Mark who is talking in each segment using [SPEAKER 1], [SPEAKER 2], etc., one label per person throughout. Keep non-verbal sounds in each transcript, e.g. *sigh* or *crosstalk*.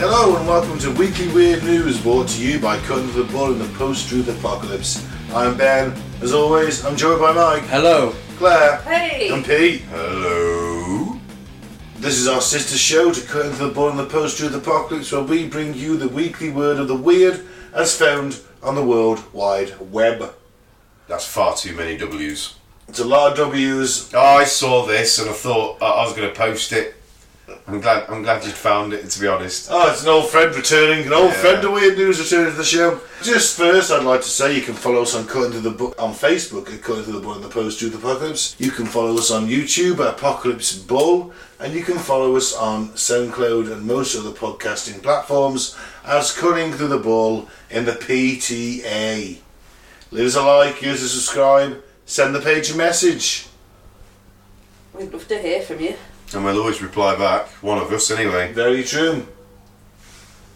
[SPEAKER 1] Hello and welcome to Weekly Weird News brought to you by Cutting to the Bull in the Post Truth Apocalypse. I'm Ben. As always, I'm joined by Mike,
[SPEAKER 2] Hello.
[SPEAKER 1] Claire,
[SPEAKER 3] Hey!
[SPEAKER 1] and Pete. Hello. This is our sister show to Cutting to the Bull in the Post Truth Apocalypse where we bring you the weekly word of the weird as found on the World Wide Web.
[SPEAKER 4] That's far too many W's. Oh,
[SPEAKER 1] It's a lot of W's.
[SPEAKER 4] I saw this and I thought I I was going to post it. I'm glad. I'm glad you found it. To be honest,
[SPEAKER 1] Oh, it's an old friend returning, an old
[SPEAKER 4] Yeah.
[SPEAKER 1] friend of Weird News returning to the show. Just first, I'd like to say you can follow us on Cutting to the Bu- on Facebook at Cutting to the Bull and the Post Truth Apocalypse. You can follow us on YouTube at Apocalypse Bull, and you can follow us on SoundCloud and most other podcasting platforms as Cutting to the Bull in the PTA. Leave us a like, give us a subscribe, send the page a message.
[SPEAKER 3] We'd love to hear from you.
[SPEAKER 4] and we'll always reply back. One of us, anyway.
[SPEAKER 1] Very true.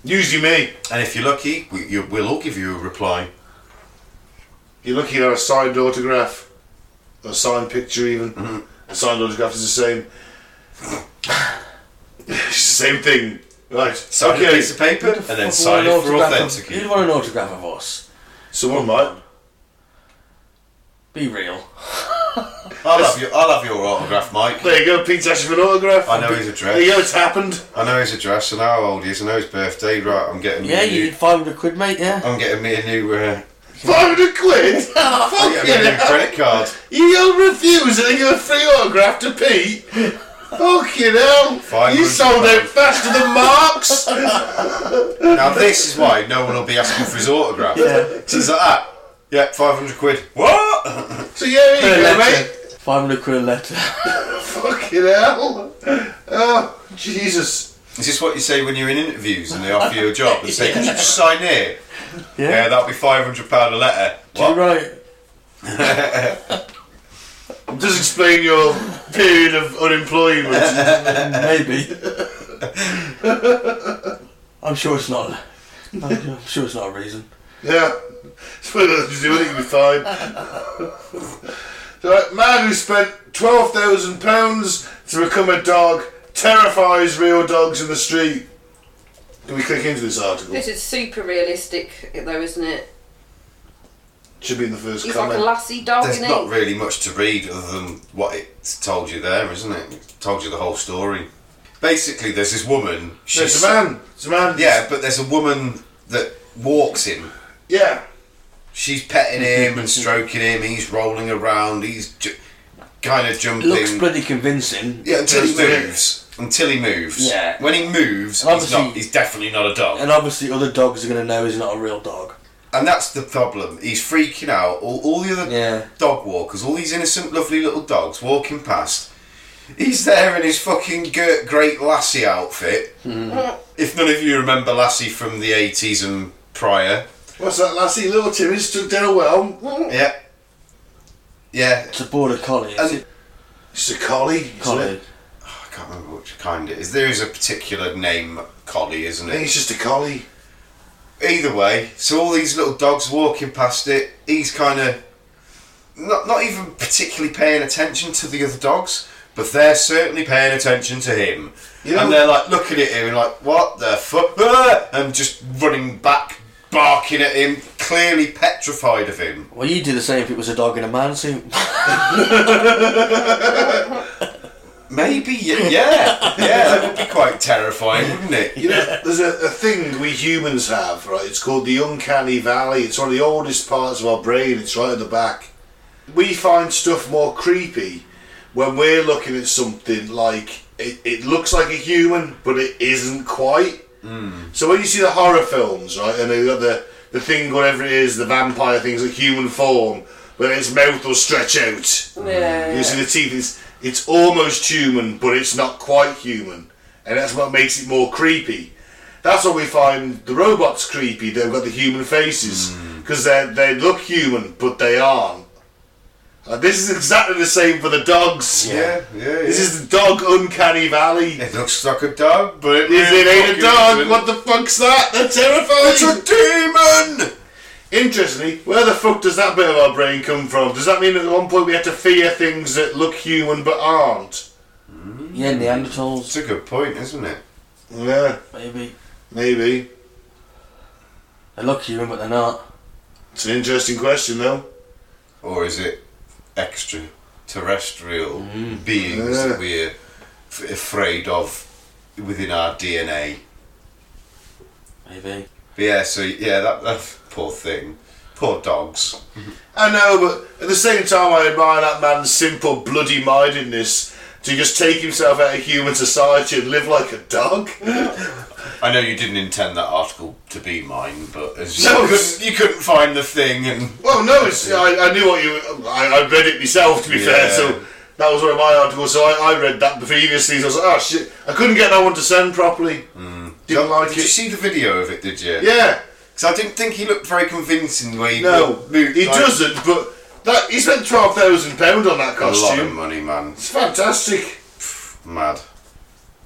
[SPEAKER 1] Usually me.
[SPEAKER 4] And if you're lucky, we, you, we'll all give you a reply.
[SPEAKER 1] You're lucky you have a signed autograph, or a signed picture even.
[SPEAKER 4] Mm-hmm.
[SPEAKER 1] A signed autograph is the same. it's the same thing, right?
[SPEAKER 4] Sign a
[SPEAKER 1] okay,
[SPEAKER 4] piece of paper and then sign it for
[SPEAKER 2] You'd
[SPEAKER 4] authentic.
[SPEAKER 2] want an autograph of us.
[SPEAKER 1] someone might.
[SPEAKER 2] Be real.
[SPEAKER 4] I'll have your I'll have your autograph, Mike.
[SPEAKER 1] There you go, Pete's asking for an autograph.
[SPEAKER 4] I know his address.
[SPEAKER 1] There you go, it's happened.
[SPEAKER 4] I know his address. I know how old he is. I know his birthday. Right, I'm getting
[SPEAKER 2] Yeah,
[SPEAKER 4] me a
[SPEAKER 2] you
[SPEAKER 4] new.
[SPEAKER 2] need 500 quid, mate, yeah?
[SPEAKER 4] I'm getting me a new.
[SPEAKER 2] *laughs*
[SPEAKER 4] Uh,
[SPEAKER 1] 500
[SPEAKER 4] *laughs*
[SPEAKER 1] quid?
[SPEAKER 4] I'm
[SPEAKER 1] Fucking
[SPEAKER 4] getting me a new
[SPEAKER 1] hell.
[SPEAKER 4] credit card.
[SPEAKER 1] You'll refuse and then give a free autograph to Pete? Fucking hell. You
[SPEAKER 4] 500
[SPEAKER 1] sold out
[SPEAKER 4] pounds.
[SPEAKER 1] faster than Mark's.
[SPEAKER 4] Now this is why no one will be asking for his autograph.
[SPEAKER 2] Yeah.
[SPEAKER 4] She's like that. Yeah, five hundred quid. What? *laughs*
[SPEAKER 1] so yeah,
[SPEAKER 2] A
[SPEAKER 1] there you go,
[SPEAKER 2] letter.
[SPEAKER 1] mate.
[SPEAKER 2] 500 quid a letter. *laughs*
[SPEAKER 1] Fucking hell. Oh, Jesus.
[SPEAKER 4] Is this what you say when you're in interviews and they offer you a job and say, "Could you just sign here?" Yeah, that'll be five hundred pound a letter.
[SPEAKER 2] You're
[SPEAKER 4] What?
[SPEAKER 2] right.
[SPEAKER 1] Does explain your period of unemployment.
[SPEAKER 2] Maybe. *laughs* I'm sure it's not. I'm sure it's not a reason.
[SPEAKER 1] yeah. It's probably nothing to do with it, you'll be fine. so, a man who spent £12,000 to become a dog terrifies real dogs in the street. Can we click into this article?
[SPEAKER 3] This is super realistic, though, isn't it?
[SPEAKER 1] Should be in the first
[SPEAKER 3] He's like a
[SPEAKER 1] comment.
[SPEAKER 3] lassie dog,
[SPEAKER 4] There's
[SPEAKER 3] isn't
[SPEAKER 4] not
[SPEAKER 3] he?
[SPEAKER 4] really much to read other than what it's told you there, isn't it? It's told you the whole story. Basically, there's this woman.
[SPEAKER 1] There's a man. It's a man.
[SPEAKER 4] Yeah, but there's a woman that walks him.
[SPEAKER 1] Yeah.
[SPEAKER 4] She's petting him and stroking him. He's rolling around. He's ju- kind of jumping.
[SPEAKER 2] Looks bloody convincing.
[SPEAKER 4] Yeah, until he
[SPEAKER 1] Doesn't it?
[SPEAKER 4] moves. Until he moves.
[SPEAKER 2] Yeah.
[SPEAKER 4] When he moves,
[SPEAKER 2] And
[SPEAKER 4] he's, not,
[SPEAKER 2] obviously-
[SPEAKER 4] he's definitely not a dog.
[SPEAKER 2] And obviously, other dogs are going to know he's not a real dog.
[SPEAKER 4] And that's the problem. He's freaking out. All, all the other
[SPEAKER 2] Yeah.
[SPEAKER 4] dog walkers, all these innocent, lovely little dogs walking past. He's there in his fucking g- great Lassie outfit.
[SPEAKER 2] Hmm.
[SPEAKER 4] If none of you remember Lassie from the 80s and prior.
[SPEAKER 1] What's that, lassie? Little Timmy stood down well.
[SPEAKER 4] Yeah. Yeah.
[SPEAKER 2] It's a border collie. Is
[SPEAKER 4] And-
[SPEAKER 2] it?
[SPEAKER 1] It's a collie, isn't
[SPEAKER 2] Collie.
[SPEAKER 1] it?
[SPEAKER 4] I can't remember which kind it is. There is a particular name, Collie, isn't
[SPEAKER 1] I
[SPEAKER 4] it?
[SPEAKER 1] think it's just a collie.
[SPEAKER 4] either way, so all these little dogs walking past it, he's kind of not not even particularly paying attention to the other dogs, but they're certainly paying attention to him.
[SPEAKER 1] You know-
[SPEAKER 4] and they're like looking at him and like, what the fuck? Ah!" *laughs* And just running back, barking at him, clearly petrified of him.
[SPEAKER 2] Well, you'd do the same if it was a dog and a man, so.
[SPEAKER 4] Maybe, y- yeah, *laughs* yeah, that would be quite terrifying, wouldn't it?
[SPEAKER 1] You know, there's a, a thing we humans have, right? It's called the uncanny valley. It's one of the oldest parts of our brain. It's right at the back. We find stuff more creepy when we're looking at something like it, it looks like a human, but it isn't quite. So when you see the horror films, right, and they've got the, the thing, whatever it is, the vampire thing's a human form, but its mouth will stretch out.
[SPEAKER 3] Yeah.
[SPEAKER 1] You see the teeth is it's almost human, but it's not quite human, and that's what makes it more creepy. That's why we find the robots creepy. They've got the human faces
[SPEAKER 4] Hmm.
[SPEAKER 1] because they they look human, but they aren't. Uh, this is exactly the same for the dogs.
[SPEAKER 4] Yeah, yeah, yeah.
[SPEAKER 1] This is the dog uncanny
[SPEAKER 4] *laughs*
[SPEAKER 1] valley.
[SPEAKER 4] It looks like a dog, but it,
[SPEAKER 1] Is it ain't a
[SPEAKER 4] fucking
[SPEAKER 1] dog?
[SPEAKER 4] isn't.
[SPEAKER 1] What the fuck's that? They're terrifying.
[SPEAKER 4] It's a demon!
[SPEAKER 1] Interestingly, where the fuck does that bit of our brain come from? Does that mean at one point we had to fear things that look human but aren't?
[SPEAKER 2] *laughs* Yeah, Neanderthals,
[SPEAKER 4] It's a good point, isn't it?
[SPEAKER 1] Yeah.
[SPEAKER 2] maybe.
[SPEAKER 1] Maybe.
[SPEAKER 2] They look human, but they're not.
[SPEAKER 1] It's an interesting question, though.
[SPEAKER 4] Or is it extraterrestrial beings
[SPEAKER 1] Yeah.
[SPEAKER 4] that we're f- afraid of within our DNA?
[SPEAKER 2] Maybe.
[SPEAKER 4] But yeah, so yeah, that, that poor thing. Poor dogs.
[SPEAKER 1] I know, but at the same time, I admire that man's simple, bloody mindedness to just take himself out of human society and live like a dog.
[SPEAKER 4] I know you didn't intend that article to be mine, but as
[SPEAKER 1] No,
[SPEAKER 4] you,
[SPEAKER 1] it's-
[SPEAKER 4] couldn't, you couldn't find the thing, and
[SPEAKER 1] Well, no, it's, I, I knew what you. I, I read it myself, to be fair.
[SPEAKER 4] Yeah.
[SPEAKER 1] So that was one of my articles. So I, I read that previously. So I was like, oh shit, I couldn't get that one to send properly.
[SPEAKER 4] Mm.
[SPEAKER 1] Didn't like
[SPEAKER 4] did
[SPEAKER 1] it.
[SPEAKER 4] you see the video of it? Did you?
[SPEAKER 1] yeah,
[SPEAKER 4] Because I didn't think he looked very convincing. Where he
[SPEAKER 1] no,
[SPEAKER 4] looked- moved
[SPEAKER 1] he
[SPEAKER 4] like
[SPEAKER 1] doesn't. But that he spent twelve thousand pound on that
[SPEAKER 4] a lot of
[SPEAKER 1] costume.
[SPEAKER 4] money, man.
[SPEAKER 1] It's fantastic.
[SPEAKER 4] Mad.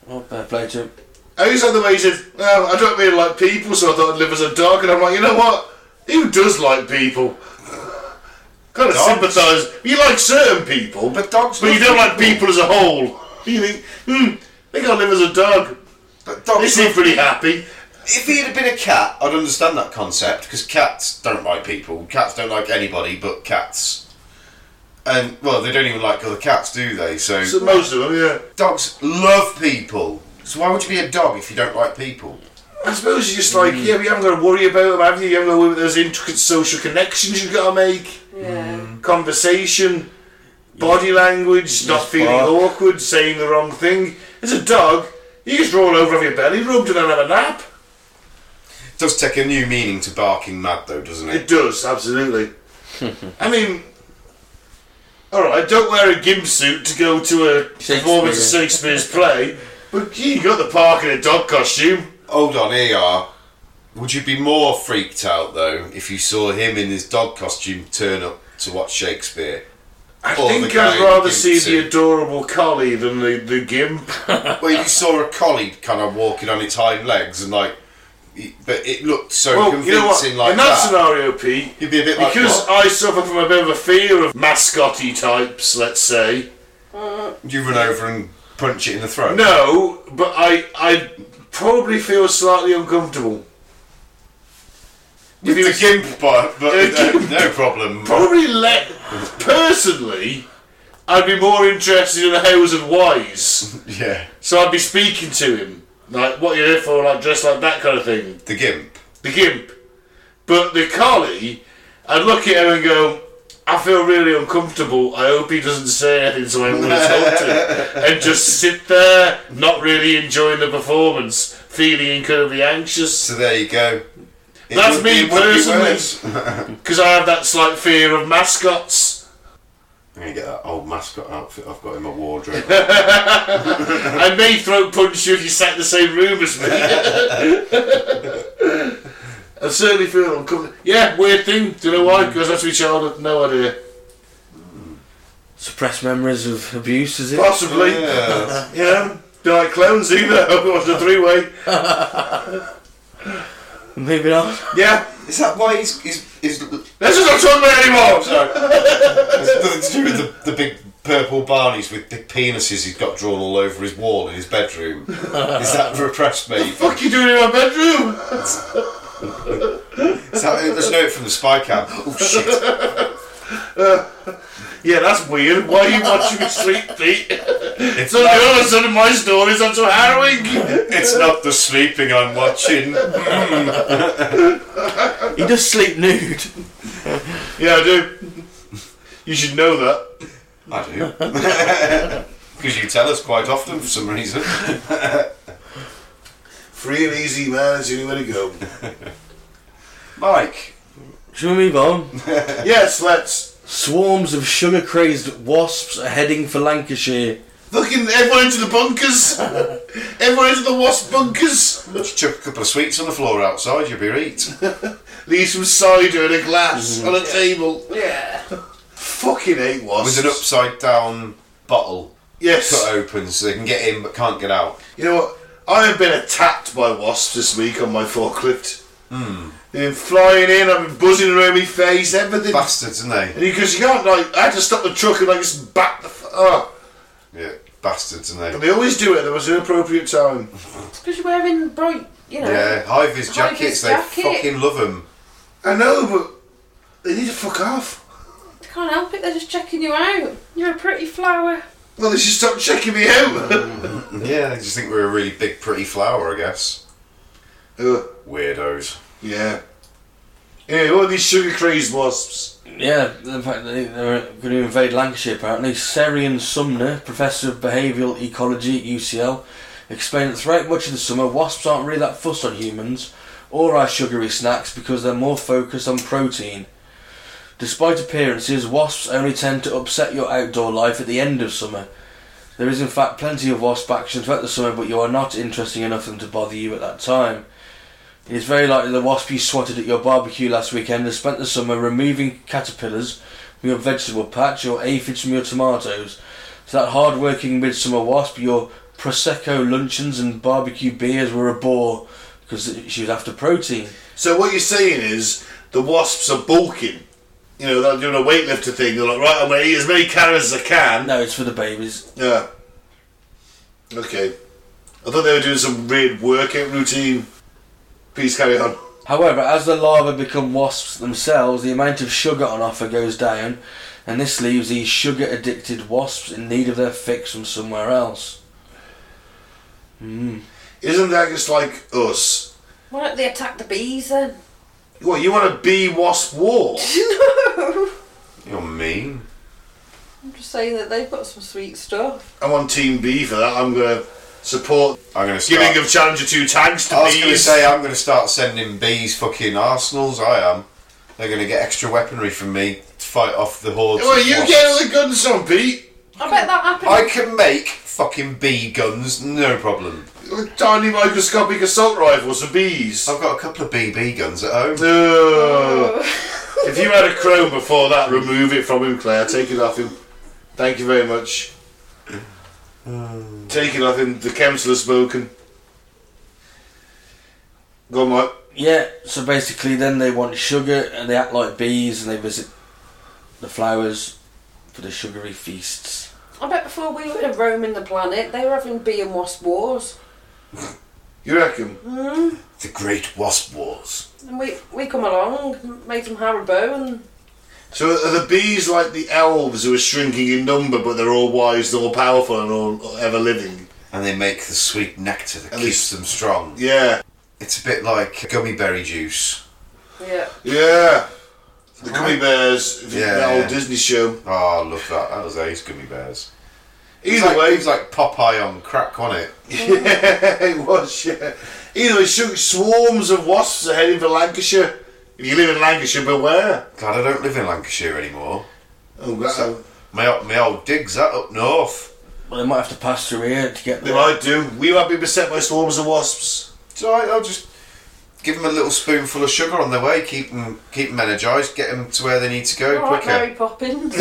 [SPEAKER 2] Well, Oh, fair play to him.
[SPEAKER 1] I was on the way he said, well, I don't really like people, so I thought I'd live as a dog. And I'm like, you know what? Who does like people? Gotta
[SPEAKER 4] Dogs.
[SPEAKER 1] sympathise. You like certain people,
[SPEAKER 4] But dogs
[SPEAKER 1] but you
[SPEAKER 4] love
[SPEAKER 1] don't like people as a whole. *laughs* You think, hmm, I think I'll live as a dog.
[SPEAKER 4] But dogs.
[SPEAKER 1] They seem pretty happy.
[SPEAKER 4] If he had been a cat, I'd understand that concept because cats don't like people. Cats don't like anybody but cats. And well, they don't even like other cats, do they? So,
[SPEAKER 1] So most of them, yeah.
[SPEAKER 4] dogs love people. So why would you be a dog if you don't like people?
[SPEAKER 1] I suppose you're just like, yeah, but you haven't got to worry about them, have you? You haven't got to worry about those intricate social connections you've got to make.
[SPEAKER 3] Yeah.
[SPEAKER 4] Mm.
[SPEAKER 1] conversation, body language, not feeling
[SPEAKER 2] bark.
[SPEAKER 1] awkward, saying the wrong thing. As a dog, you just roll over on your belly, rubbed, and then have a nap.
[SPEAKER 4] It does take a new meaning to barking mad, though, doesn't
[SPEAKER 1] It
[SPEAKER 4] it?
[SPEAKER 1] does, absolutely. *laughs* I mean, alright, don't wear a gimp suit to go to a performance of Shakespeare's play, but you got the park in a dog costume.
[SPEAKER 4] Hold on, here you are. Would you be more freaked out though if you saw him in his dog costume turn up to watch Shakespeare?
[SPEAKER 1] I
[SPEAKER 4] Or the
[SPEAKER 1] think
[SPEAKER 4] guy
[SPEAKER 1] I'd
[SPEAKER 4] in the
[SPEAKER 1] rather
[SPEAKER 4] gimp
[SPEAKER 1] see the
[SPEAKER 4] suit.
[SPEAKER 1] adorable collie than the, the gimp.
[SPEAKER 4] Well, you saw a collie kind of walking on its hind legs and like, but it looked so
[SPEAKER 1] Well, you know what?
[SPEAKER 4] *laughs* convincing like
[SPEAKER 1] In that,
[SPEAKER 4] that.
[SPEAKER 1] scenario, Pete,
[SPEAKER 4] You'd be a bit like,
[SPEAKER 1] because
[SPEAKER 4] what?
[SPEAKER 1] I suffer from a bit of a fear of mascotty types, let's say.
[SPEAKER 4] you run over and punch it in the throat.
[SPEAKER 1] No, but I I probably feel slightly uncomfortable.
[SPEAKER 4] with
[SPEAKER 1] If he
[SPEAKER 4] the
[SPEAKER 1] was-
[SPEAKER 4] gimp, *laughs* but, but
[SPEAKER 1] Yeah,
[SPEAKER 4] no,
[SPEAKER 1] gimp.
[SPEAKER 4] no problem.
[SPEAKER 1] Probably let personally, I'd be more interested in the hows and whys.
[SPEAKER 4] Yeah,
[SPEAKER 1] So I'd be speaking to him like, "What are you here for?" Like dressed like that kind of thing.
[SPEAKER 4] the gimp.
[SPEAKER 1] The gimp, but the collie, I'd look at him and go. I feel really uncomfortable. I hope he doesn't say anything so I want to talk to him.
[SPEAKER 4] *laughs*
[SPEAKER 1] And just sit there, not really enjoying the performance, feeling incredibly anxious.
[SPEAKER 4] So there you go. It
[SPEAKER 1] That's
[SPEAKER 4] would-
[SPEAKER 1] me
[SPEAKER 4] it would be
[SPEAKER 1] personally.
[SPEAKER 4] worse. *laughs*
[SPEAKER 1] because I have that slight fear of mascots.
[SPEAKER 4] I'm gonna get that old mascot outfit I've got in my wardrobe.
[SPEAKER 1] *laughs* I may throat punch you if you sat in the same room as
[SPEAKER 4] *laughs*
[SPEAKER 1] me. I certainly feel uncomfortable. Yeah, weird thing. Do you know
[SPEAKER 4] Mm.
[SPEAKER 1] why? Because that's my childhood. No idea.
[SPEAKER 2] Suppressed memories of abuse, is it?
[SPEAKER 1] Possibly.
[SPEAKER 4] Yeah.
[SPEAKER 1] Yeah. Don't like clowns either. I was a three-way.
[SPEAKER 2] Moving on.
[SPEAKER 1] Yeah.
[SPEAKER 4] Is that why he's he's, he's it's
[SPEAKER 1] Let's just not talk about it anymore.
[SPEAKER 4] nothing to do with the, the big purple Barneys with big penises he's got drawn all over his wall in his bedroom? Is that repressed me?
[SPEAKER 1] Fuck you doing in my bedroom?
[SPEAKER 4] Is that, there's a note from the spy cam. Oh shit!
[SPEAKER 1] Yeah, that's weird. Why are you watching me sleep, Pete?
[SPEAKER 4] It's
[SPEAKER 1] So
[SPEAKER 4] not,
[SPEAKER 1] all of a sudden my stories are so harrowing. *laughs*
[SPEAKER 4] it's not the sleeping I'm watching.
[SPEAKER 2] He does sleep nude.
[SPEAKER 1] Yeah, I do. You should know that.
[SPEAKER 4] I do. *laughs* Because you tell us quite often for some reason.
[SPEAKER 1] Free and easy, man. It's the only way to go.
[SPEAKER 4] Mike,
[SPEAKER 2] Shall we move on?
[SPEAKER 1] *laughs* yes, let's.
[SPEAKER 2] Swarms of sugar crazed wasps are heading for Lancashire.
[SPEAKER 1] Fucking everyone into the *laughs* bunkers. everyone into the wasp bunkers.
[SPEAKER 4] just chuck a couple of sweets on the floor outside, you'll be right.
[SPEAKER 1] Leave some cider in a glass on a table.
[SPEAKER 3] Yeah.
[SPEAKER 1] Fucking hate wasps.
[SPEAKER 4] With an upside down bottle
[SPEAKER 1] yes.
[SPEAKER 4] cut open so they can get in but can't get out.
[SPEAKER 1] You know what? I have been attacked by wasps this week on my forklift. They've been flying in. I've been buzzing around my face. Everything.
[SPEAKER 4] Bastards, aren't they?
[SPEAKER 1] and because you can't like, I had to stop the truck and like just back the. F- oh.
[SPEAKER 4] Yeah, bastards, and
[SPEAKER 1] And
[SPEAKER 4] they.
[SPEAKER 1] they always do it. There was an appropriate time.
[SPEAKER 3] It's because you're wearing bright you know.
[SPEAKER 4] Yeah, high vis
[SPEAKER 3] High
[SPEAKER 4] jackets,
[SPEAKER 3] vis
[SPEAKER 4] they
[SPEAKER 3] jacket.
[SPEAKER 4] fucking love them.
[SPEAKER 1] I know, but they need to fuck off.
[SPEAKER 3] They can't help it, they're just checking you out. You're a pretty flower.
[SPEAKER 1] Well, they should stop checking me out. *laughs*
[SPEAKER 4] Yeah, they just think we're a really big, pretty flower, I guess.
[SPEAKER 1] Ugh,
[SPEAKER 4] Weirdos.
[SPEAKER 1] Oh, yeah. Anyway, what are these sugar crazed wasps?
[SPEAKER 2] Yeah, in fact, they, they're going to invade Lancashire apparently. Serian Sumner, Professor of Behavioural Ecology at UCL, explained that throughout much of the summer, wasps aren't really that fussed on humans or our sugary snacks because they're more focused on protein. Despite appearances, wasps only tend to upset your outdoor life at the end of summer. There is, in fact, plenty of wasp action throughout the summer, but you are not interesting enough for them to bother you at that time. It is very likely the wasp you swatted at your barbecue last weekend has spent the summer removing caterpillars from your vegetable patch or aphids from your tomatoes. So that hard-working midsummer wasp, your prosecco luncheons and barbecue beers were a bore because she was after protein.
[SPEAKER 1] So what you're saying is the wasps are bulking. You know, they're doing a weightlifter thing. They're like, right, I'm going to eat as many carrots as I can.
[SPEAKER 2] No, it's for the babies.
[SPEAKER 1] Yeah. Okay. I thought they were doing some weird workout routine. Please carry on.
[SPEAKER 2] However, as the larvae become wasps themselves, the amount of sugar on offer goes down, and this leaves these sugar-addicted wasps in need of their fix from somewhere else.
[SPEAKER 1] Isn't that just like us?
[SPEAKER 3] Why don't they attack the bees then? *laughs*
[SPEAKER 1] What, you want a bee wasp war?
[SPEAKER 3] no!
[SPEAKER 4] You're mean.
[SPEAKER 3] I'm just saying that they've got some sweet stuff.
[SPEAKER 1] I'm on Team B for that. I'm going to support
[SPEAKER 4] I'm gonna start.
[SPEAKER 1] giving of Challenger 2 tanks to
[SPEAKER 4] I was
[SPEAKER 1] bees.
[SPEAKER 4] going to say I'm going to start sending bees fucking arsenals. I am. They're going to get extra weaponry from me to fight off the hordes.
[SPEAKER 1] well,
[SPEAKER 4] of
[SPEAKER 1] you
[SPEAKER 4] wasps.
[SPEAKER 1] get all the guns on, Pete.
[SPEAKER 3] I bet that happened.
[SPEAKER 4] I can make fucking bee guns, no problem.
[SPEAKER 1] Tiny microscopic assault rifles for bees.
[SPEAKER 4] I've got a couple of BB guns at home. Oh.
[SPEAKER 1] No. if you had a crown before that, remove it from him, Claire. Take it off him. Thank you very much.
[SPEAKER 4] Hmm.
[SPEAKER 1] Take it off him. The councillor's spoken. Go on, Mike.
[SPEAKER 2] Yeah, so basically, then they want sugar and they act like bees and they visit the flowers for the sugary feasts.
[SPEAKER 3] *laughs* I bet before we were roaming the planet, they were having bee and wasp wars.
[SPEAKER 1] You reckon?
[SPEAKER 4] The Great Wasp Wars.
[SPEAKER 3] And we, we come along, made them Haribo and
[SPEAKER 1] So are the bees like the elves who are shrinking in number, but they're all wise, all powerful, and all ever living?
[SPEAKER 4] And they make the sweet nectar that
[SPEAKER 1] And
[SPEAKER 4] keeps them strong.
[SPEAKER 1] Yeah,
[SPEAKER 4] It's a bit like gummy berry juice.
[SPEAKER 3] yeah.
[SPEAKER 1] yeah. The gummy bears,
[SPEAKER 4] Yeah,
[SPEAKER 1] that old
[SPEAKER 4] yeah.
[SPEAKER 1] Disney show.
[SPEAKER 4] Oh, I love that. That was those gummy bears. It's
[SPEAKER 1] Either
[SPEAKER 4] like,
[SPEAKER 1] way,
[SPEAKER 4] it's like Popeye on crack, on it?
[SPEAKER 1] *laughs* Yeah, it was. Yeah. Either way, shoot swarms of wasps are heading for Lancashire. If you live in Lancashire, beware.
[SPEAKER 4] Glad I don't live in Lancashire anymore.
[SPEAKER 1] Oh, God.
[SPEAKER 4] My, o- my old dig's that up north.
[SPEAKER 2] Well, they might have to pass through here to get
[SPEAKER 1] they
[SPEAKER 2] there.
[SPEAKER 1] might do. We might be beset by swarms of wasps. *laughs*
[SPEAKER 4] So I, I'll just give them a little spoonful of sugar on their way, keep them, keep them energised, get them to where they need to go
[SPEAKER 3] All right,
[SPEAKER 4] quicker.
[SPEAKER 3] Mary Poppins. *laughs*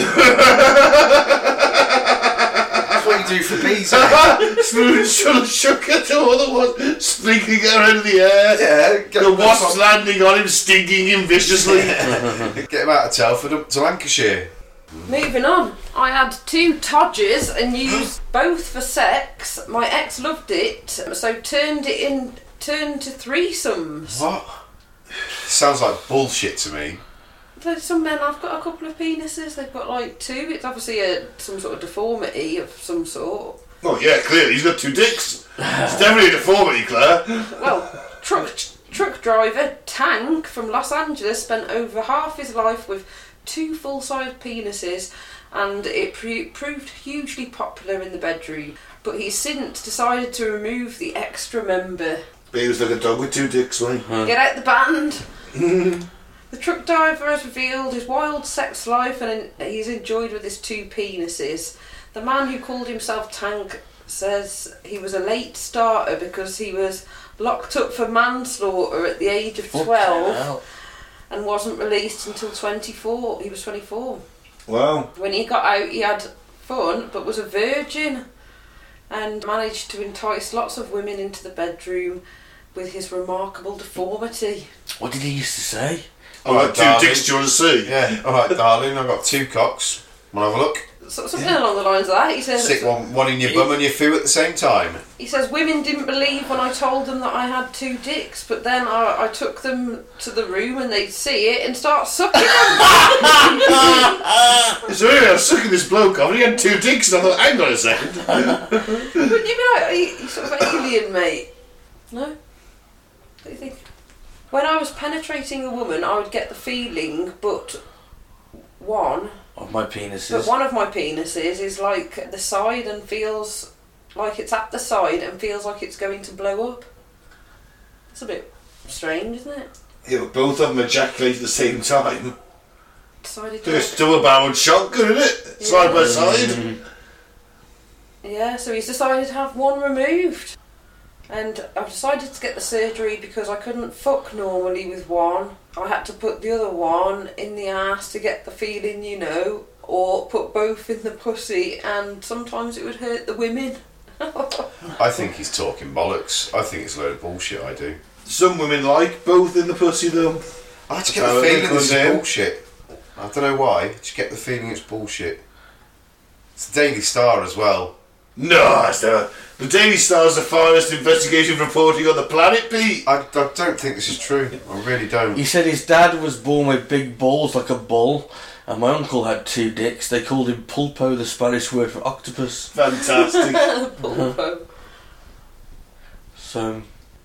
[SPEAKER 4] That's what you
[SPEAKER 3] *laughs*
[SPEAKER 4] do for bees. isn't
[SPEAKER 1] *laughs*
[SPEAKER 4] it?
[SPEAKER 1] Smooth full of sugar to all the wasps, sneaking around in the air.
[SPEAKER 4] yeah, get
[SPEAKER 1] The
[SPEAKER 4] them,
[SPEAKER 1] wasps
[SPEAKER 4] from,
[SPEAKER 1] landing on him, stinging him *laughs* viciously.
[SPEAKER 4] *laughs* get them out of Telford up to Lancashire.
[SPEAKER 3] Moving on, I had two Todgers and used both for sex. My ex loved it, so turned it in, turned to threesomes.
[SPEAKER 4] What? Sounds like bullshit to me.
[SPEAKER 3] There's some men have got a couple of penises. They've got like two. It's obviously a some sort of deformity of some sort.
[SPEAKER 1] oh, yeah, clearly. He's got two dicks. It's definitely a deformity, Claire.
[SPEAKER 3] Well, truck truck driver Tank from Los Angeles spent over half his life with two full sized penises, and it pre- proved hugely popular in the bedroom. But he's since decided to remove the extra member.
[SPEAKER 1] But he was like a dog with two dicks, wasn't he?
[SPEAKER 3] Get out the band. the truck driver has revealed his wild sex life and he's enjoyed with his two penises. The man who called himself Tank says he was a late starter because he was locked up for manslaughter at the age of 12
[SPEAKER 2] Well,
[SPEAKER 3] and wasn't released until 24. He was 24.
[SPEAKER 1] Wow.
[SPEAKER 3] When he got out, he had fun but was a virgin and managed to entice lots of women into the bedroom with his remarkable deformity.
[SPEAKER 2] What did he used to say?
[SPEAKER 1] I've got
[SPEAKER 4] Alright,
[SPEAKER 1] two dicks, do you want to see?
[SPEAKER 4] Yeah, alright, darling, I've got two cocks. Wanna have a look?
[SPEAKER 3] so- something along the lines of that. He says
[SPEAKER 4] Stick one, one in your bum and your foo at the same time.
[SPEAKER 3] he says women didn't believe when I told them that I had two dicks, but then I, I took them to the room and they'd see it and start sucking.
[SPEAKER 4] *laughs*
[SPEAKER 3] them.
[SPEAKER 1] So anyway, I was sucking this bloke off and he had two dicks and I thought, hang on a second.
[SPEAKER 3] Wouldn't you be like, are you, you sort of alien, mate? No. What do you think? When I was penetrating a woman, I would get the feeling, but one,
[SPEAKER 2] Of my penises.
[SPEAKER 3] but one of my penises is like the side and feels like it's at the side and feels like it's going to blow up. It's a bit strange, isn't it?
[SPEAKER 1] yeah, but both of them ejaculate at the same time.
[SPEAKER 3] Decided to.
[SPEAKER 1] It's double barreled shotgun, isn't it? Side by side.
[SPEAKER 3] Yeah, so he's decided to have one removed. And I've decided to get the surgery because I couldn't fuck normally with one. I had to put the other one in the ass to get the feeling, you know, or put both in the pussy, and sometimes it would hurt the women. *laughs*
[SPEAKER 4] I think he's talking bollocks. I think it's a load of bullshit. I do.
[SPEAKER 1] Some women like both in the pussy though.
[SPEAKER 4] I
[SPEAKER 1] So
[SPEAKER 4] just get the
[SPEAKER 1] I
[SPEAKER 4] feeling
[SPEAKER 1] think
[SPEAKER 4] this
[SPEAKER 1] we're
[SPEAKER 4] is
[SPEAKER 1] doing-
[SPEAKER 4] bullshit. I don't know why. I just get the feeling it's bullshit. It's the Daily Star as well.
[SPEAKER 1] No, it's never. The Daily Star's the finest investigative reporting on the planet, Pete.
[SPEAKER 4] I, I don't think this is true. I really don't.
[SPEAKER 2] He said his dad was born with big balls like a bull, and my uncle had two dicks. They called him pulpo, the Spanish word for octopus.
[SPEAKER 1] Fantastic.
[SPEAKER 3] *laughs* Pulpo.
[SPEAKER 2] So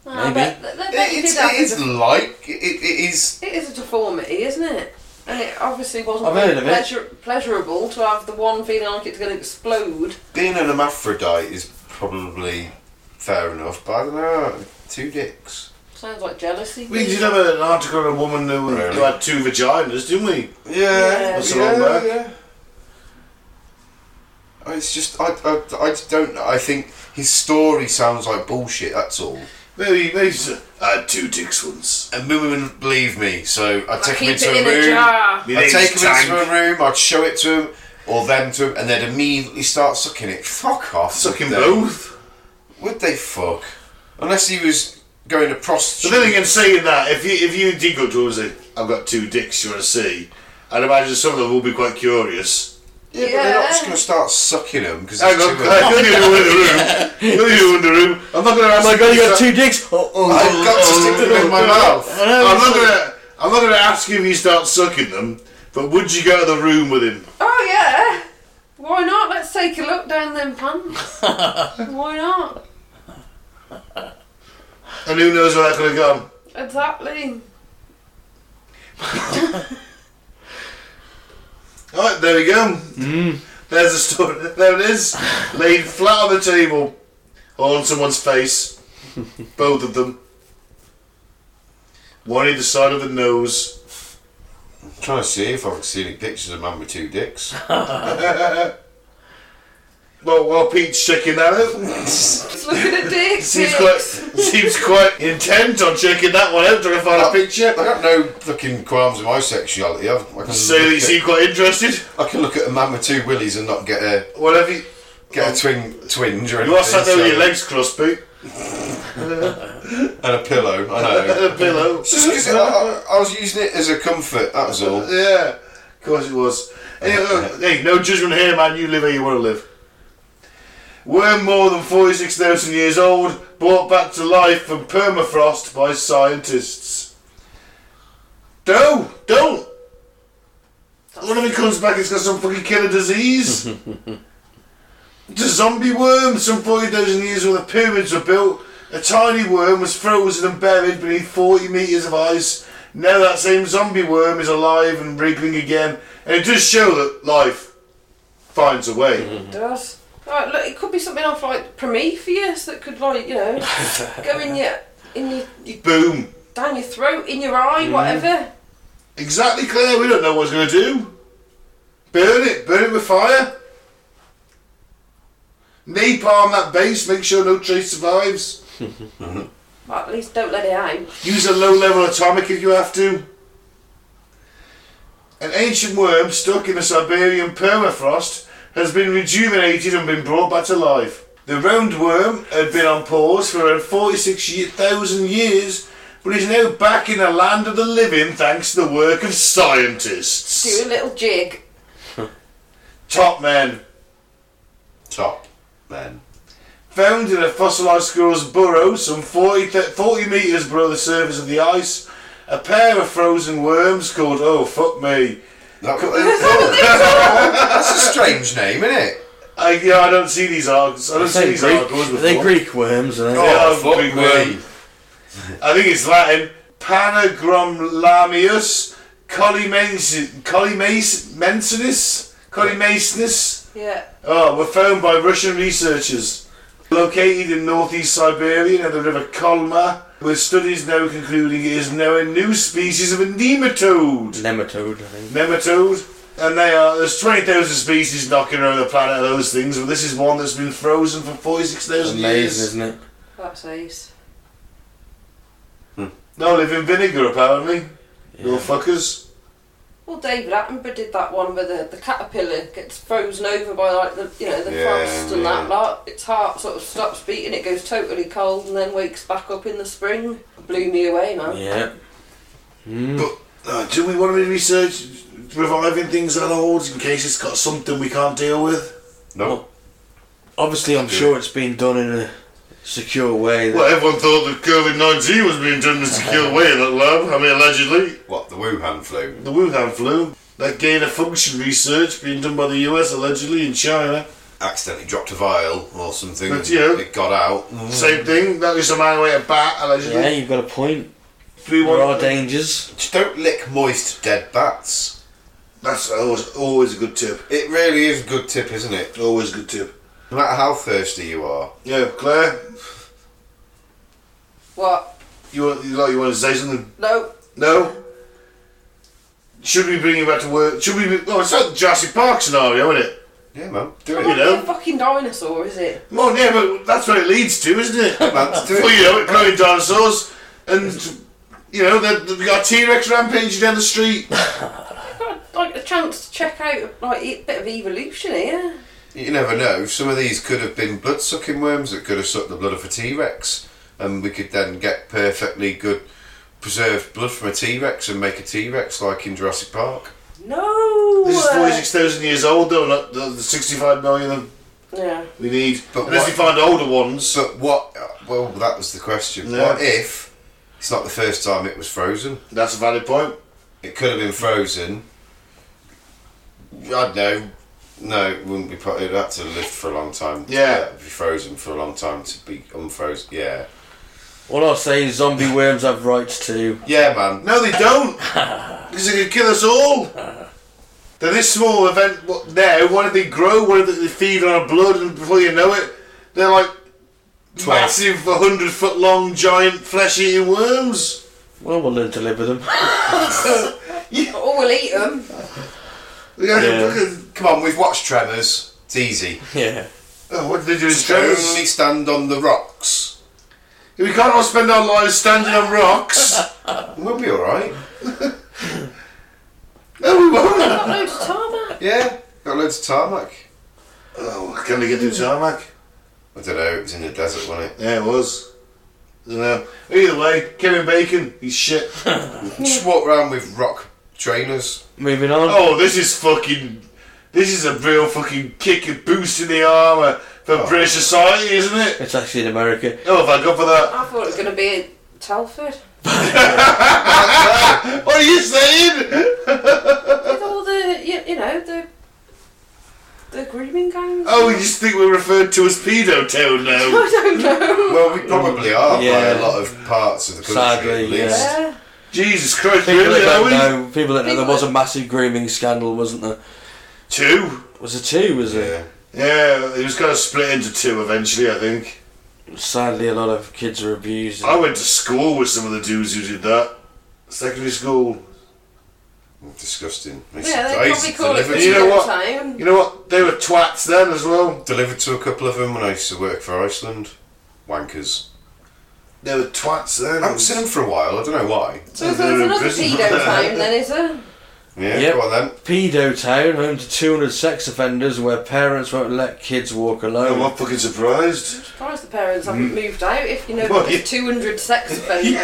[SPEAKER 3] I
[SPEAKER 2] Maybe.
[SPEAKER 3] bet th- they bet you
[SPEAKER 4] It's,
[SPEAKER 3] did that
[SPEAKER 4] it is
[SPEAKER 3] as a-
[SPEAKER 4] like it, it is.
[SPEAKER 3] It is a deformity, isn't it? And it obviously wasn't
[SPEAKER 2] I've heard of it.
[SPEAKER 3] pleasure- pleasurable to have the one feeling like it's going to explode.
[SPEAKER 4] Being an hermaphrodite is probably fair enough, but I don't know. Two dicks.
[SPEAKER 3] Sounds like jealousy.
[SPEAKER 1] We did have an article on a woman who, uh,
[SPEAKER 4] Really?
[SPEAKER 1] who had two vaginas, didn't we?
[SPEAKER 4] Yeah,
[SPEAKER 3] What's
[SPEAKER 1] the wrong word?
[SPEAKER 4] Oh, It's just I, I, I just don't. I think his story sounds like bullshit. That's all.
[SPEAKER 1] Maybe, maybe she said, I had two dicks once.
[SPEAKER 4] And women wouldn't believe me, so I'd
[SPEAKER 3] I
[SPEAKER 4] take him
[SPEAKER 3] keep
[SPEAKER 4] into a
[SPEAKER 3] it in a
[SPEAKER 4] room.
[SPEAKER 3] jar.
[SPEAKER 1] My
[SPEAKER 4] I'd
[SPEAKER 1] name's
[SPEAKER 4] take him
[SPEAKER 1] Tank.
[SPEAKER 4] into a room. I'd show it to him or them to him, and they'd immediately start sucking it. Fuck off.
[SPEAKER 1] Sucking
[SPEAKER 4] would they?
[SPEAKER 1] both.
[SPEAKER 4] Would they fuck? Unless he was going
[SPEAKER 1] So
[SPEAKER 4] to
[SPEAKER 1] then
[SPEAKER 4] prostitute.
[SPEAKER 1] again, saying that, if you if you did go to her and say, I've got two dicks, you want to see? I'd imagine some of them will be quite curious.
[SPEAKER 4] Yeah, but they're not just
[SPEAKER 3] Yeah.
[SPEAKER 4] going to start sucking them because
[SPEAKER 1] Hang on, you're the only one in the room. You're the only one in the room. I'm not going to ask.
[SPEAKER 2] my God, you got two dicks. Oh, oh,
[SPEAKER 4] I've got to stick
[SPEAKER 1] *laughs*
[SPEAKER 4] them in my mouth.
[SPEAKER 1] I'm not going to. I'm not going to ask you if you start sucking them. But would you go to the room with him?
[SPEAKER 3] Oh yeah. Why not? Let's take a look down them
[SPEAKER 4] *laughs*
[SPEAKER 3] pants. Why not?
[SPEAKER 1] And who knows where that could have gone?
[SPEAKER 3] Exactly.
[SPEAKER 1] All right, there we go. There's the story. *laughs* There it is. Laid flat on the table, or on someone's face. Both of them. One either side of the nose.
[SPEAKER 4] I'm trying to see if I can see any pictures of man with two *laughs* dicks.
[SPEAKER 1] Well, while Pete's checking that out,
[SPEAKER 3] It's looking
[SPEAKER 4] *laughs*
[SPEAKER 3] at dicks.
[SPEAKER 1] seems quite
[SPEAKER 3] dicks.
[SPEAKER 1] seems quite intent on checking that one out trying to find a
[SPEAKER 4] I
[SPEAKER 1] picture.
[SPEAKER 4] got no fucking qualms with my sexuality. I've, I, can
[SPEAKER 1] So you
[SPEAKER 4] look
[SPEAKER 1] seem
[SPEAKER 4] at,
[SPEAKER 1] quite interested.
[SPEAKER 4] I can look at a man with two willies and not get a
[SPEAKER 1] Whatever. You,
[SPEAKER 4] get a twin twinge or anything.
[SPEAKER 1] you are sat there with
[SPEAKER 4] so-
[SPEAKER 1] your legs crossed, Pete,
[SPEAKER 4] and a pillow.
[SPEAKER 1] *laughs*
[SPEAKER 4] I know.
[SPEAKER 1] and a pillow.
[SPEAKER 4] Just 'cause I, I, I was using it as a comfort. That was all.
[SPEAKER 1] Yeah, of course it was. Anyway, look, hey, no judgment here, man. You live where you want to live. We're more than 46,000 years old, brought back to life from permafrost by scientists. No, don't! What if it comes back, it's got some fucking killer disease? It's a zombie worm. Some 40,000 years when the pyramids were built, a tiny worm was frozen and buried beneath 40 metres of ice. Now that same zombie worm is alive and wriggling again. And it does show that life finds a way.
[SPEAKER 3] does. Right, look, it could be something off like Prometheus that could like you
[SPEAKER 4] *laughs*
[SPEAKER 3] know go in your in your, your
[SPEAKER 1] Boom.
[SPEAKER 3] down your throat, in your eye,
[SPEAKER 4] Mm.
[SPEAKER 3] whatever.
[SPEAKER 1] Exactly, Claire. We don't know what it's going to do. Burn it. Burn it with fire. Napalm that base. Make sure no trace survives.
[SPEAKER 3] Well, at least don't let it out.
[SPEAKER 1] Use a low level atomic if you have to. An ancient worm stuck in the Siberian permafrost has been rejuvenated and been brought back to life. The round worm had been on pause for around 46,000 years, but is now back in the land of the living thanks to the work of
[SPEAKER 3] Do
[SPEAKER 4] *laughs*
[SPEAKER 1] scientists.
[SPEAKER 3] a little jig.
[SPEAKER 1] Top men.
[SPEAKER 4] Top men.
[SPEAKER 1] Found in a fossilised squirrel's burrow, some 40, th- 40 metres below the surface of the ice, a pair of frozen worms called, oh fuck me.
[SPEAKER 4] That, oh, that's a strange name, isn't it?
[SPEAKER 1] I, Uh, yeah, I don't see these arcs. I don't see
[SPEAKER 2] They're
[SPEAKER 1] these arcs
[SPEAKER 2] oh. Greek,
[SPEAKER 1] before.
[SPEAKER 2] they're Greek worms, and
[SPEAKER 1] Oh.
[SPEAKER 2] they
[SPEAKER 1] Yeah, big worm. I think it's Latin. Panagramlamius colimensis colimensis colimensis.
[SPEAKER 3] Yeah.
[SPEAKER 1] Oh, were found by Russian researchers. Located in northeast Siberia near the river Kolma, with studies now concluding it is now a new species of a nematode.
[SPEAKER 2] nematode. I think.
[SPEAKER 1] Nematode, and they are there's 20,000 species knocking around the planet of those things, but this is one that's been frozen for 46,000
[SPEAKER 2] Amazing,
[SPEAKER 1] years.
[SPEAKER 2] isn't it?
[SPEAKER 3] That's ace.
[SPEAKER 1] No, live in vinegar apparently. Little
[SPEAKER 2] Yeah.
[SPEAKER 1] fuckers.
[SPEAKER 3] Well, David Attenborough did that one where the, the caterpillar gets frozen over by like the you know the
[SPEAKER 4] Yeah,
[SPEAKER 3] frost and
[SPEAKER 4] yeah.
[SPEAKER 3] that lot. Its heart sort of stops beating. It goes totally cold and then wakes back up in the spring. Blew me away, man.
[SPEAKER 2] Yeah. Mm.
[SPEAKER 1] But uh, do we want to be research reviving things that old in case it's got something we can't deal with?
[SPEAKER 4] No.
[SPEAKER 2] Obviously, I'm sure it's been done in a secure way.
[SPEAKER 1] Well, everyone thought that COVID nineteen was being done in a secure way in that lab. I mean, allegedly,
[SPEAKER 4] What, the Wuhan flu?
[SPEAKER 1] the Wuhan flu, that gain of function research being done by the US allegedly in China.
[SPEAKER 4] Accidentally dropped a vial or something.
[SPEAKER 1] That's
[SPEAKER 4] and
[SPEAKER 1] you.
[SPEAKER 4] It got out.
[SPEAKER 1] Same thing. That was a man with a bat allegedly.
[SPEAKER 2] yeah, you've got a point.
[SPEAKER 1] Do we
[SPEAKER 2] There are
[SPEAKER 1] want?
[SPEAKER 2] dangers.
[SPEAKER 4] Just don't lick moist dead bats.
[SPEAKER 1] That's always always a good tip.
[SPEAKER 4] It really is a good tip, isn't it?
[SPEAKER 1] Always a good tip.
[SPEAKER 4] No matter how thirsty you are.
[SPEAKER 1] Yeah, Claire,
[SPEAKER 3] What?
[SPEAKER 1] you want you, like, you want to say something?
[SPEAKER 3] No.
[SPEAKER 1] No. Should we bring him back to work? Should we? Be, oh, it's like the Jurassic Park scenario, isn't it?
[SPEAKER 4] Yeah, man. Do
[SPEAKER 3] It's
[SPEAKER 4] it.
[SPEAKER 1] You
[SPEAKER 3] not
[SPEAKER 1] know.
[SPEAKER 3] a fucking dinosaur, is it?
[SPEAKER 1] Well, yeah, but that's what it leads to, isn't it?
[SPEAKER 4] *laughs*
[SPEAKER 1] well,
[SPEAKER 4] Man, do
[SPEAKER 1] you know,
[SPEAKER 4] it.
[SPEAKER 1] it growing dinosaurs, and you know, they- they've got T Rex rampaging down the
[SPEAKER 4] *laughs*
[SPEAKER 1] street.
[SPEAKER 3] Got like a chance to check out like a bit of evolution here.
[SPEAKER 4] You never know. Some of these could have been blood sucking worms that could have sucked the blood of a T Rex, and we could then get perfectly good preserved blood from a T Rex and make a T Rex like in Jurassic Park.
[SPEAKER 3] No.
[SPEAKER 1] This is 46,000 years old, though, not the, the 65 million of
[SPEAKER 3] Yeah.
[SPEAKER 1] we need.
[SPEAKER 4] But
[SPEAKER 1] Unless
[SPEAKER 4] what-
[SPEAKER 1] you find older ones.
[SPEAKER 4] But what? Well, that was the question.
[SPEAKER 1] Yeah.
[SPEAKER 4] What if it's not the first time it was frozen?
[SPEAKER 1] That's a valid point.
[SPEAKER 4] It could have been frozen. I'd know. No, it wouldn't be. Put, it'd have to live for a long time. to-
[SPEAKER 1] Yeah.
[SPEAKER 4] it'd be frozen for a long time to be unfrozen. Yeah.
[SPEAKER 2] All I'll say is zombie worms have rights too.
[SPEAKER 4] Yeah, man.
[SPEAKER 1] No, they don't! Because they could kill us all! They're this small event what, now, what if they grow? What if they feed on our blood and before you know it, they're like
[SPEAKER 4] Twelve.
[SPEAKER 1] massive, 100 foot long, giant, flesh eating worms?
[SPEAKER 2] Well, we'll learn to live with them. *laughs*
[SPEAKER 3] Or Oh, we'll eat them.
[SPEAKER 1] Yeah.
[SPEAKER 2] Yeah.
[SPEAKER 4] Come on, we've watched Tremors. It's easy.
[SPEAKER 2] yeah.
[SPEAKER 1] Oh, what did they do in
[SPEAKER 4] Only
[SPEAKER 1] Tremors?
[SPEAKER 4] stand on the rocks.
[SPEAKER 1] We can't all spend our lives standing on rocks.
[SPEAKER 4] We'll be all right.
[SPEAKER 1] no, we won't.
[SPEAKER 3] Got loads of tarmac.
[SPEAKER 4] Yeah. Got loads of tarmac.
[SPEAKER 1] Oh, can we get to tarmac?
[SPEAKER 4] I don't know. It was in the desert, wasn't
[SPEAKER 1] Yeah, it was. I don't know. Either way, Kevin Bacon, he's shit.
[SPEAKER 4] it? Just walk around with rock trainers.
[SPEAKER 2] Moving on.
[SPEAKER 1] Oh, this is fucking. This is a real fucking kick and boost in the armour for British society, isn't it?
[SPEAKER 2] It's actually in America.
[SPEAKER 1] Oh, thank God for that.
[SPEAKER 3] *laughs* I thought it was going to be Telford.
[SPEAKER 1] What are you saying?
[SPEAKER 3] With all the, you, you know, the the grooming gangs.
[SPEAKER 1] Oh, you just think we're referred to as pedo town now?
[SPEAKER 3] *laughs* I don't know.
[SPEAKER 4] Well, we
[SPEAKER 1] Mm.
[SPEAKER 4] probably are by
[SPEAKER 2] Yeah.
[SPEAKER 4] a lot of parts of the country.
[SPEAKER 2] Sadly,
[SPEAKER 4] at least.
[SPEAKER 2] yeah.
[SPEAKER 3] Yeah.
[SPEAKER 1] Jesus Christ,
[SPEAKER 2] People
[SPEAKER 1] really?
[SPEAKER 2] that
[SPEAKER 1] Are
[SPEAKER 2] don't
[SPEAKER 1] we?
[SPEAKER 2] know, people that know, there
[SPEAKER 3] People
[SPEAKER 2] was
[SPEAKER 3] that-
[SPEAKER 2] a massive grooming scandal, wasn't there?
[SPEAKER 1] Two.
[SPEAKER 2] Was it two? Was it?
[SPEAKER 4] Yeah.
[SPEAKER 1] Yeah, it was kind of split into two eventually, I think.
[SPEAKER 2] Sadly, a lot of kids are abused.
[SPEAKER 1] I went to school with some of the dudes who did that. Secondary school.
[SPEAKER 4] Disgusting.
[SPEAKER 3] Yeah,
[SPEAKER 4] I
[SPEAKER 3] they
[SPEAKER 4] used
[SPEAKER 3] probably
[SPEAKER 4] to
[SPEAKER 3] call it
[SPEAKER 4] deliver
[SPEAKER 3] the
[SPEAKER 1] You
[SPEAKER 4] to,
[SPEAKER 1] know what?
[SPEAKER 3] time.
[SPEAKER 1] You know what? They were twats then as well.
[SPEAKER 4] delivered to a couple of them when I used to work for Iceland. Wankers.
[SPEAKER 1] They were twats
[SPEAKER 4] I
[SPEAKER 1] then.
[SPEAKER 4] haven't seen them for a while. I don't know why.
[SPEAKER 3] So
[SPEAKER 1] They're
[SPEAKER 3] there's
[SPEAKER 1] in
[SPEAKER 3] another
[SPEAKER 1] prison. *laughs*
[SPEAKER 3] pedo time then, is there?
[SPEAKER 4] Yeah.
[SPEAKER 2] Yep.
[SPEAKER 4] Go on then.
[SPEAKER 2] Pedo town, home to 200 sex offenders, where parents won't let kids walk
[SPEAKER 1] I'm
[SPEAKER 2] alone.
[SPEAKER 1] not fucking surprised.
[SPEAKER 3] Surprised the parents haven't moved out if you know
[SPEAKER 1] Hmm? Well,
[SPEAKER 3] there's
[SPEAKER 1] yeah. *laughs*
[SPEAKER 3] 200 sex
[SPEAKER 1] Yeah,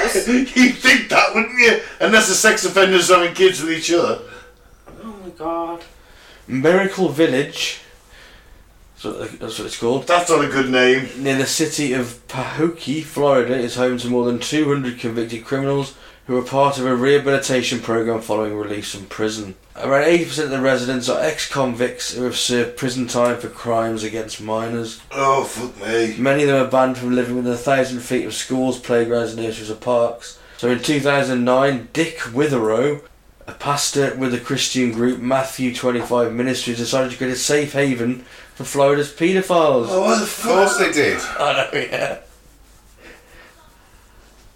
[SPEAKER 3] offenders.
[SPEAKER 1] You'd think that, wouldn't you? Unless the sex offenders are having kids with each other.
[SPEAKER 3] Oh my god.
[SPEAKER 2] Miracle Village. So that's what it's called.
[SPEAKER 1] That's not a good name.
[SPEAKER 2] Near the city of Pahokee, Florida, is home to more than 200 convicted criminals who are part of a rehabilitation program following release from prison. Around 80% of the residents are ex-convicts who have served prison time for crimes against minors.
[SPEAKER 1] Oh, fuck me.
[SPEAKER 2] Many of them are banned from living within a thousand feet of schools, playgrounds, nurseries, or parks. So in 2009, Dick Witherow, a pastor with the Christian group Matthew 25 Ministries, decided to create a safe haven for Florida's paedophiles.
[SPEAKER 1] Oh, what the
[SPEAKER 4] Of course
[SPEAKER 1] fuck?
[SPEAKER 4] they did.
[SPEAKER 2] *laughs* I know, yeah.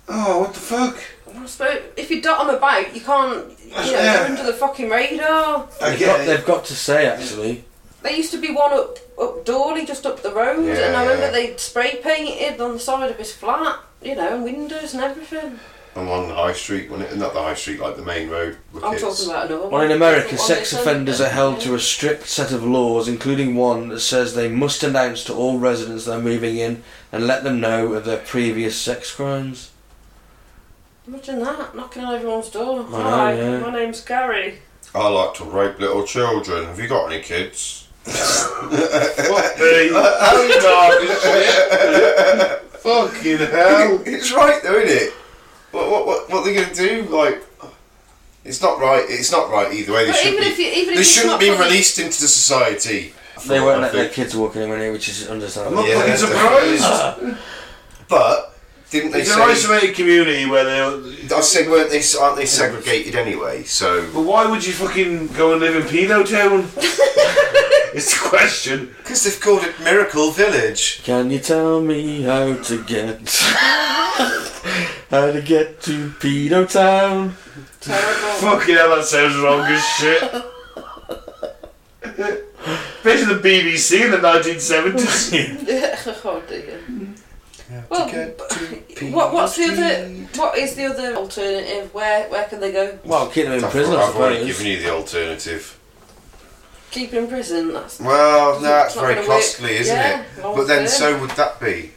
[SPEAKER 1] Oh, what the fuck?
[SPEAKER 3] I suppose if you dot them about, you can't, you know,
[SPEAKER 1] Yeah.
[SPEAKER 3] they're under the fucking radar.
[SPEAKER 1] I
[SPEAKER 2] They've got,
[SPEAKER 1] get *laughs* it.
[SPEAKER 2] they've got to say, actually.
[SPEAKER 3] There used to be one up, up Dorley, just up the road,
[SPEAKER 4] Yeah,
[SPEAKER 3] and I remember
[SPEAKER 4] yeah.
[SPEAKER 3] they spray painted on the side of his flat, you know, and windows and everything.
[SPEAKER 4] Along the high street, wasn't it? Not the high street, like the main road. with
[SPEAKER 3] I'm
[SPEAKER 4] kids.
[SPEAKER 3] talking about another one.
[SPEAKER 2] Well, in
[SPEAKER 3] Different
[SPEAKER 2] America,
[SPEAKER 3] one
[SPEAKER 2] sex
[SPEAKER 3] they sent
[SPEAKER 2] offenders are
[SPEAKER 3] them.
[SPEAKER 2] held to a strict set of laws, including one that says they must announce to all residents they're moving in and let them know of their previous sex crimes.
[SPEAKER 3] Imagine that, knocking on everyone's door.
[SPEAKER 2] know,
[SPEAKER 3] Hi,
[SPEAKER 2] yeah.
[SPEAKER 3] my name's Gary.
[SPEAKER 4] I like to rape little children. Have you got any kids?
[SPEAKER 1] Fuck me. oh, *laughs* Fucking hell.
[SPEAKER 4] it's right though, isn't it? What what what, what are they gonna do? Like, it's not right. It's not right either way. They
[SPEAKER 3] But
[SPEAKER 4] shouldn't
[SPEAKER 3] even
[SPEAKER 4] be.
[SPEAKER 3] if you- even if
[SPEAKER 4] they
[SPEAKER 3] it's
[SPEAKER 4] shouldn't
[SPEAKER 3] not
[SPEAKER 4] be
[SPEAKER 3] funny-
[SPEAKER 4] released into the society.
[SPEAKER 2] They won't let
[SPEAKER 4] I
[SPEAKER 2] their
[SPEAKER 4] think.
[SPEAKER 2] kids walk anywhere near, which is understandable.
[SPEAKER 1] I'm not
[SPEAKER 4] Yeah,
[SPEAKER 1] fucking
[SPEAKER 4] definitely.
[SPEAKER 1] surprised.
[SPEAKER 4] But didn't they
[SPEAKER 1] It's an
[SPEAKER 4] say?
[SPEAKER 1] isolated community where they.
[SPEAKER 4] I said, weren't they? Aren't they segregated anyway? So
[SPEAKER 1] But why would you fucking go and live in Pino Town? it's the question.
[SPEAKER 4] because they've called it Miracle Village.
[SPEAKER 2] Can you tell me how to get *laughs* how to get to Pedo Town?
[SPEAKER 3] *laughs* Terrible.
[SPEAKER 1] Fucking hell, that sounds wrong as shit. Imagine the BBC in the 1970s.
[SPEAKER 3] oh dear. Well,
[SPEAKER 4] get
[SPEAKER 3] b- *laughs* what, what's the other? What is the other alternative? Where where can they go?
[SPEAKER 2] Well, keep them in
[SPEAKER 4] I've,
[SPEAKER 2] prison, I
[SPEAKER 4] I've already given
[SPEAKER 2] suppose.
[SPEAKER 4] you the alternative.
[SPEAKER 3] Keep in prison. That's
[SPEAKER 4] Well, no, that's
[SPEAKER 3] It's not
[SPEAKER 4] very
[SPEAKER 3] gonna work.
[SPEAKER 4] costly, isn't
[SPEAKER 3] Yeah,
[SPEAKER 4] it?
[SPEAKER 3] long
[SPEAKER 4] But then,
[SPEAKER 3] term.
[SPEAKER 4] so would that be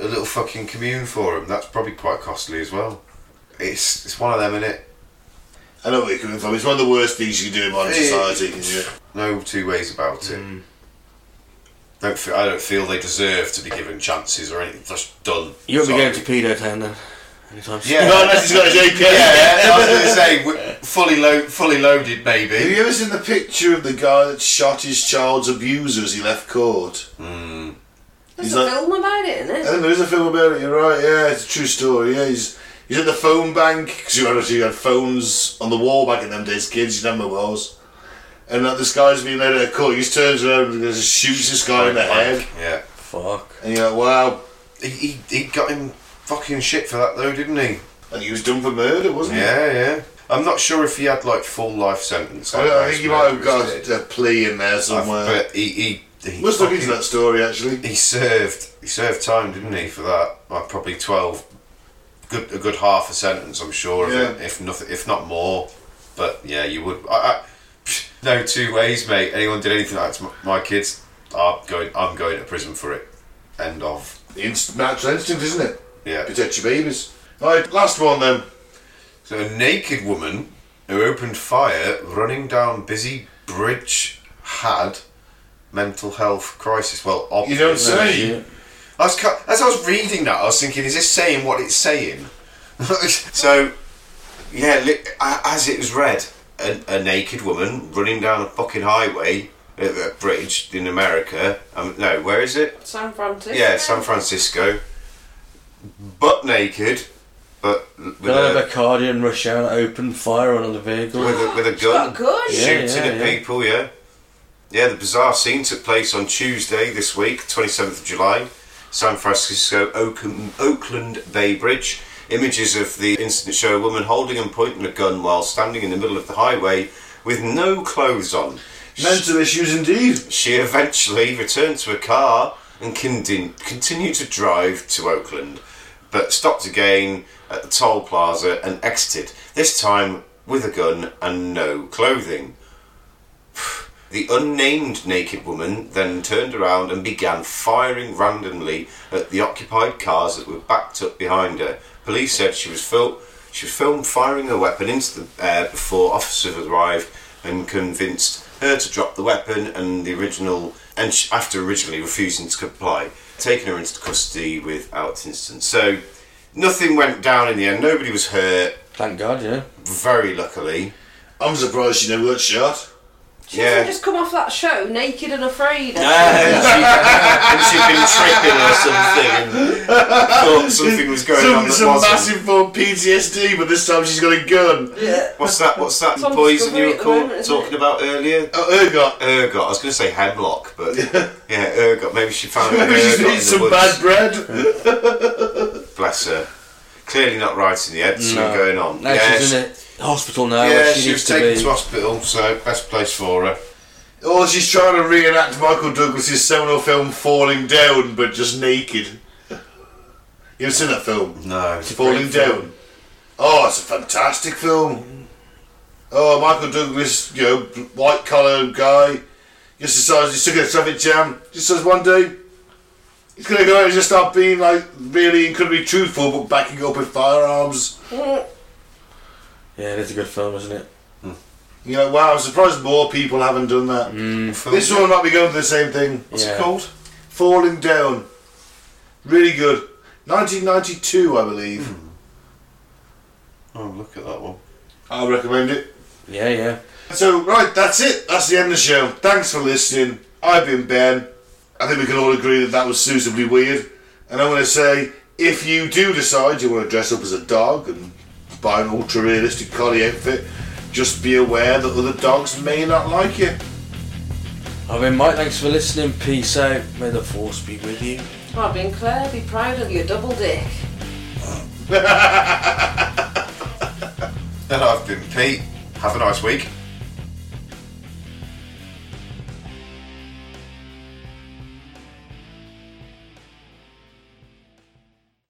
[SPEAKER 4] a little fucking commune for him? That's probably quite costly as well. It's it's one of them, innit?
[SPEAKER 1] I know where you're coming from. It's one of the worst things you can do in modern
[SPEAKER 4] Yeah.
[SPEAKER 1] society. Can you?
[SPEAKER 4] No two ways about it. Don't feel, I don't feel they deserve to be given chances or anything. Just done.
[SPEAKER 2] You won't be
[SPEAKER 4] Sorry.
[SPEAKER 2] going to Pedo Town then. Anytime soon.
[SPEAKER 4] *laughs*
[SPEAKER 1] *laughs*
[SPEAKER 4] Yeah.
[SPEAKER 1] Not unless he's got a JK.
[SPEAKER 4] Yeah,
[SPEAKER 1] *laughs*
[SPEAKER 4] I was going to say w- fully load, fully loaded,
[SPEAKER 1] Have
[SPEAKER 4] maybe.
[SPEAKER 1] you ever seen the picture of the guy that shot his child's abuser as he left court?
[SPEAKER 4] Mm.
[SPEAKER 3] there's
[SPEAKER 1] He's
[SPEAKER 3] a
[SPEAKER 1] like-
[SPEAKER 3] film about it,
[SPEAKER 1] I
[SPEAKER 3] isn't it?
[SPEAKER 4] Uh,
[SPEAKER 1] think there is a film about it. You're right. Yeah, it's a true story. Yeah, he's he's at the phone bank because you obviously had phones on the wall back in them days. Kids, you remember was. And like, this guy's been led out of court. He just turns around and just shoots this guy in the head.
[SPEAKER 4] Yeah,
[SPEAKER 2] Fuck.
[SPEAKER 1] And you're like, wow.
[SPEAKER 4] he, he he got him fucking shit for that though, didn't he?
[SPEAKER 1] And he was done for murder, wasn't he?
[SPEAKER 4] Yeah, yeah. I'm not sure if he had like full life sentence.
[SPEAKER 1] I,
[SPEAKER 4] like
[SPEAKER 1] I think you might have
[SPEAKER 4] Rosemary
[SPEAKER 1] got
[SPEAKER 4] did.
[SPEAKER 1] a plea in there
[SPEAKER 4] I've-
[SPEAKER 1] somewhere.
[SPEAKER 4] But he, he, he,
[SPEAKER 1] Let's look into
[SPEAKER 4] fucking-
[SPEAKER 1] that story actually.
[SPEAKER 4] he served he served time, didn't he, for that? Like probably twelve, good a good half a sentence, I'm sure.
[SPEAKER 1] Yeah.
[SPEAKER 4] If, if nothing, if not more. But yeah, you would. I, *laughs* I, psh, no two ways, mate. Anyone did anything like that to my, my kids, I'm going. I'm going to prison for it. End of.
[SPEAKER 1] The inst- natural instinct, isn't it?
[SPEAKER 4] Yeah.
[SPEAKER 1] Protect your babies. Right, last one then.
[SPEAKER 4] So a naked woman who opened fire running down busy bridge had mental health crisis. Well,
[SPEAKER 1] You don't
[SPEAKER 4] obviously.
[SPEAKER 1] say.
[SPEAKER 2] Shit.
[SPEAKER 4] I was, cu- as I was reading that, I was thinking, is this saying what it's saying? *laughs* so, yeah, li- a- as it was read, a, a naked woman running down a fucking highway, a, a bridge in America. Um, no, where is it?
[SPEAKER 3] San Francisco.
[SPEAKER 4] Yeah, San Francisco. Butt naked, but l- with,
[SPEAKER 2] They'll have
[SPEAKER 4] a,
[SPEAKER 2] a Cardi and rush out and open fire on other
[SPEAKER 4] with,
[SPEAKER 2] vehicles.
[SPEAKER 4] a, with a
[SPEAKER 3] Got
[SPEAKER 4] gun.
[SPEAKER 3] good.
[SPEAKER 2] Yeah.
[SPEAKER 4] shooting
[SPEAKER 2] yeah,
[SPEAKER 4] at
[SPEAKER 2] yeah.
[SPEAKER 4] people, yeah. Yeah, the bizarre scene took place on Tuesday this week, 27th of July, San Francisco, Oakland, Oakland Bay Bridge. Images of the incident show a woman holding and pointing a gun while standing in the middle of the highway with no clothes on.
[SPEAKER 1] Mental issues indeed.
[SPEAKER 4] She eventually returned to her car and condin- continued to drive to Oakland, but stopped again at the toll plaza and exited, this time with a gun and no clothing. The unnamed naked woman then turned around and began firing randomly at the occupied cars that were backed up behind her. Police said she was fil- she was filmed firing her weapon into the air before officers arrived and convinced her to drop the weapon and the original, and sh after originally refusing to comply, taking her into custody without instance. So nothing went down in the end. Nobody was hurt,
[SPEAKER 2] Thank God, yeah.
[SPEAKER 4] very luckily.
[SPEAKER 1] I'm surprised she never got shot.
[SPEAKER 3] She
[SPEAKER 4] Yeah.
[SPEAKER 3] doesn't just come off that show naked and afraid.
[SPEAKER 4] and, she, and she'd been tripping or something and thought something was going
[SPEAKER 1] some,
[SPEAKER 4] on that
[SPEAKER 1] some
[SPEAKER 4] wasn't.
[SPEAKER 1] massive form PTSD, but this time she's got a gun.
[SPEAKER 3] Yeah.
[SPEAKER 4] What's that? What's that
[SPEAKER 3] It's on
[SPEAKER 4] poison you
[SPEAKER 3] Discovery
[SPEAKER 4] were
[SPEAKER 3] at the
[SPEAKER 4] call-
[SPEAKER 3] moment, isn't
[SPEAKER 4] talking about earlier?
[SPEAKER 1] Oh,
[SPEAKER 4] *laughs*
[SPEAKER 1] ergot.
[SPEAKER 4] Ergot. I was going to say hemlock, but yeah, ergot. Maybe she found an
[SPEAKER 1] Maybe she's
[SPEAKER 4] ergot in
[SPEAKER 1] eating
[SPEAKER 4] the
[SPEAKER 1] some
[SPEAKER 4] woods.
[SPEAKER 1] bad bread. *laughs*
[SPEAKER 4] Bless her. Clearly not right in the head. Something
[SPEAKER 2] No.
[SPEAKER 4] going on.
[SPEAKER 2] Now
[SPEAKER 4] yeah,
[SPEAKER 2] she's
[SPEAKER 4] she,
[SPEAKER 2] in a hospital now.
[SPEAKER 4] yeah,
[SPEAKER 2] where she,
[SPEAKER 4] she
[SPEAKER 2] needs
[SPEAKER 4] was
[SPEAKER 2] to
[SPEAKER 4] taken
[SPEAKER 2] be.
[SPEAKER 4] to hospital, so best place for her.
[SPEAKER 1] Or she's trying to reenact Michael Douglas's seminal film Falling Down, but just naked. You ever seen that film?
[SPEAKER 4] No, it's
[SPEAKER 1] Falling Down. Oh, it's a fantastic film. Oh, Michael Douglas, you know, white collar guy, just decides he's stuck in a traffic jam. Just says one day he's gonna go out and just start being like really incredibly truthful, but backing up with firearms.
[SPEAKER 3] Mm.
[SPEAKER 2] Yeah, it is a good film, isn't it?
[SPEAKER 1] You know, wow, I'm surprised more people haven't done that.
[SPEAKER 4] Mm.
[SPEAKER 1] This one might be going for the same thing.
[SPEAKER 4] What's
[SPEAKER 2] Yeah.
[SPEAKER 4] it called?
[SPEAKER 1] Falling Down. Really good. 1992, I believe.
[SPEAKER 4] Hmm. Oh, look at that one.
[SPEAKER 1] I recommend it.
[SPEAKER 2] Yeah, yeah.
[SPEAKER 1] So, right, that's it. That's the end of the show. Thanks for listening. I've been Ben. I think we can all agree that that was suitably weird. And I'm going to say, if you do decide you want to dress up as a dog and buy an ultra realistic collie outfit, just be aware that other dogs may not like you.
[SPEAKER 2] I've been Mike, thanks for listening. Peace out. May the force be with you.
[SPEAKER 3] I've been Claire. Be proud of your double dick.
[SPEAKER 4] Then I've been Pete. Have a nice week.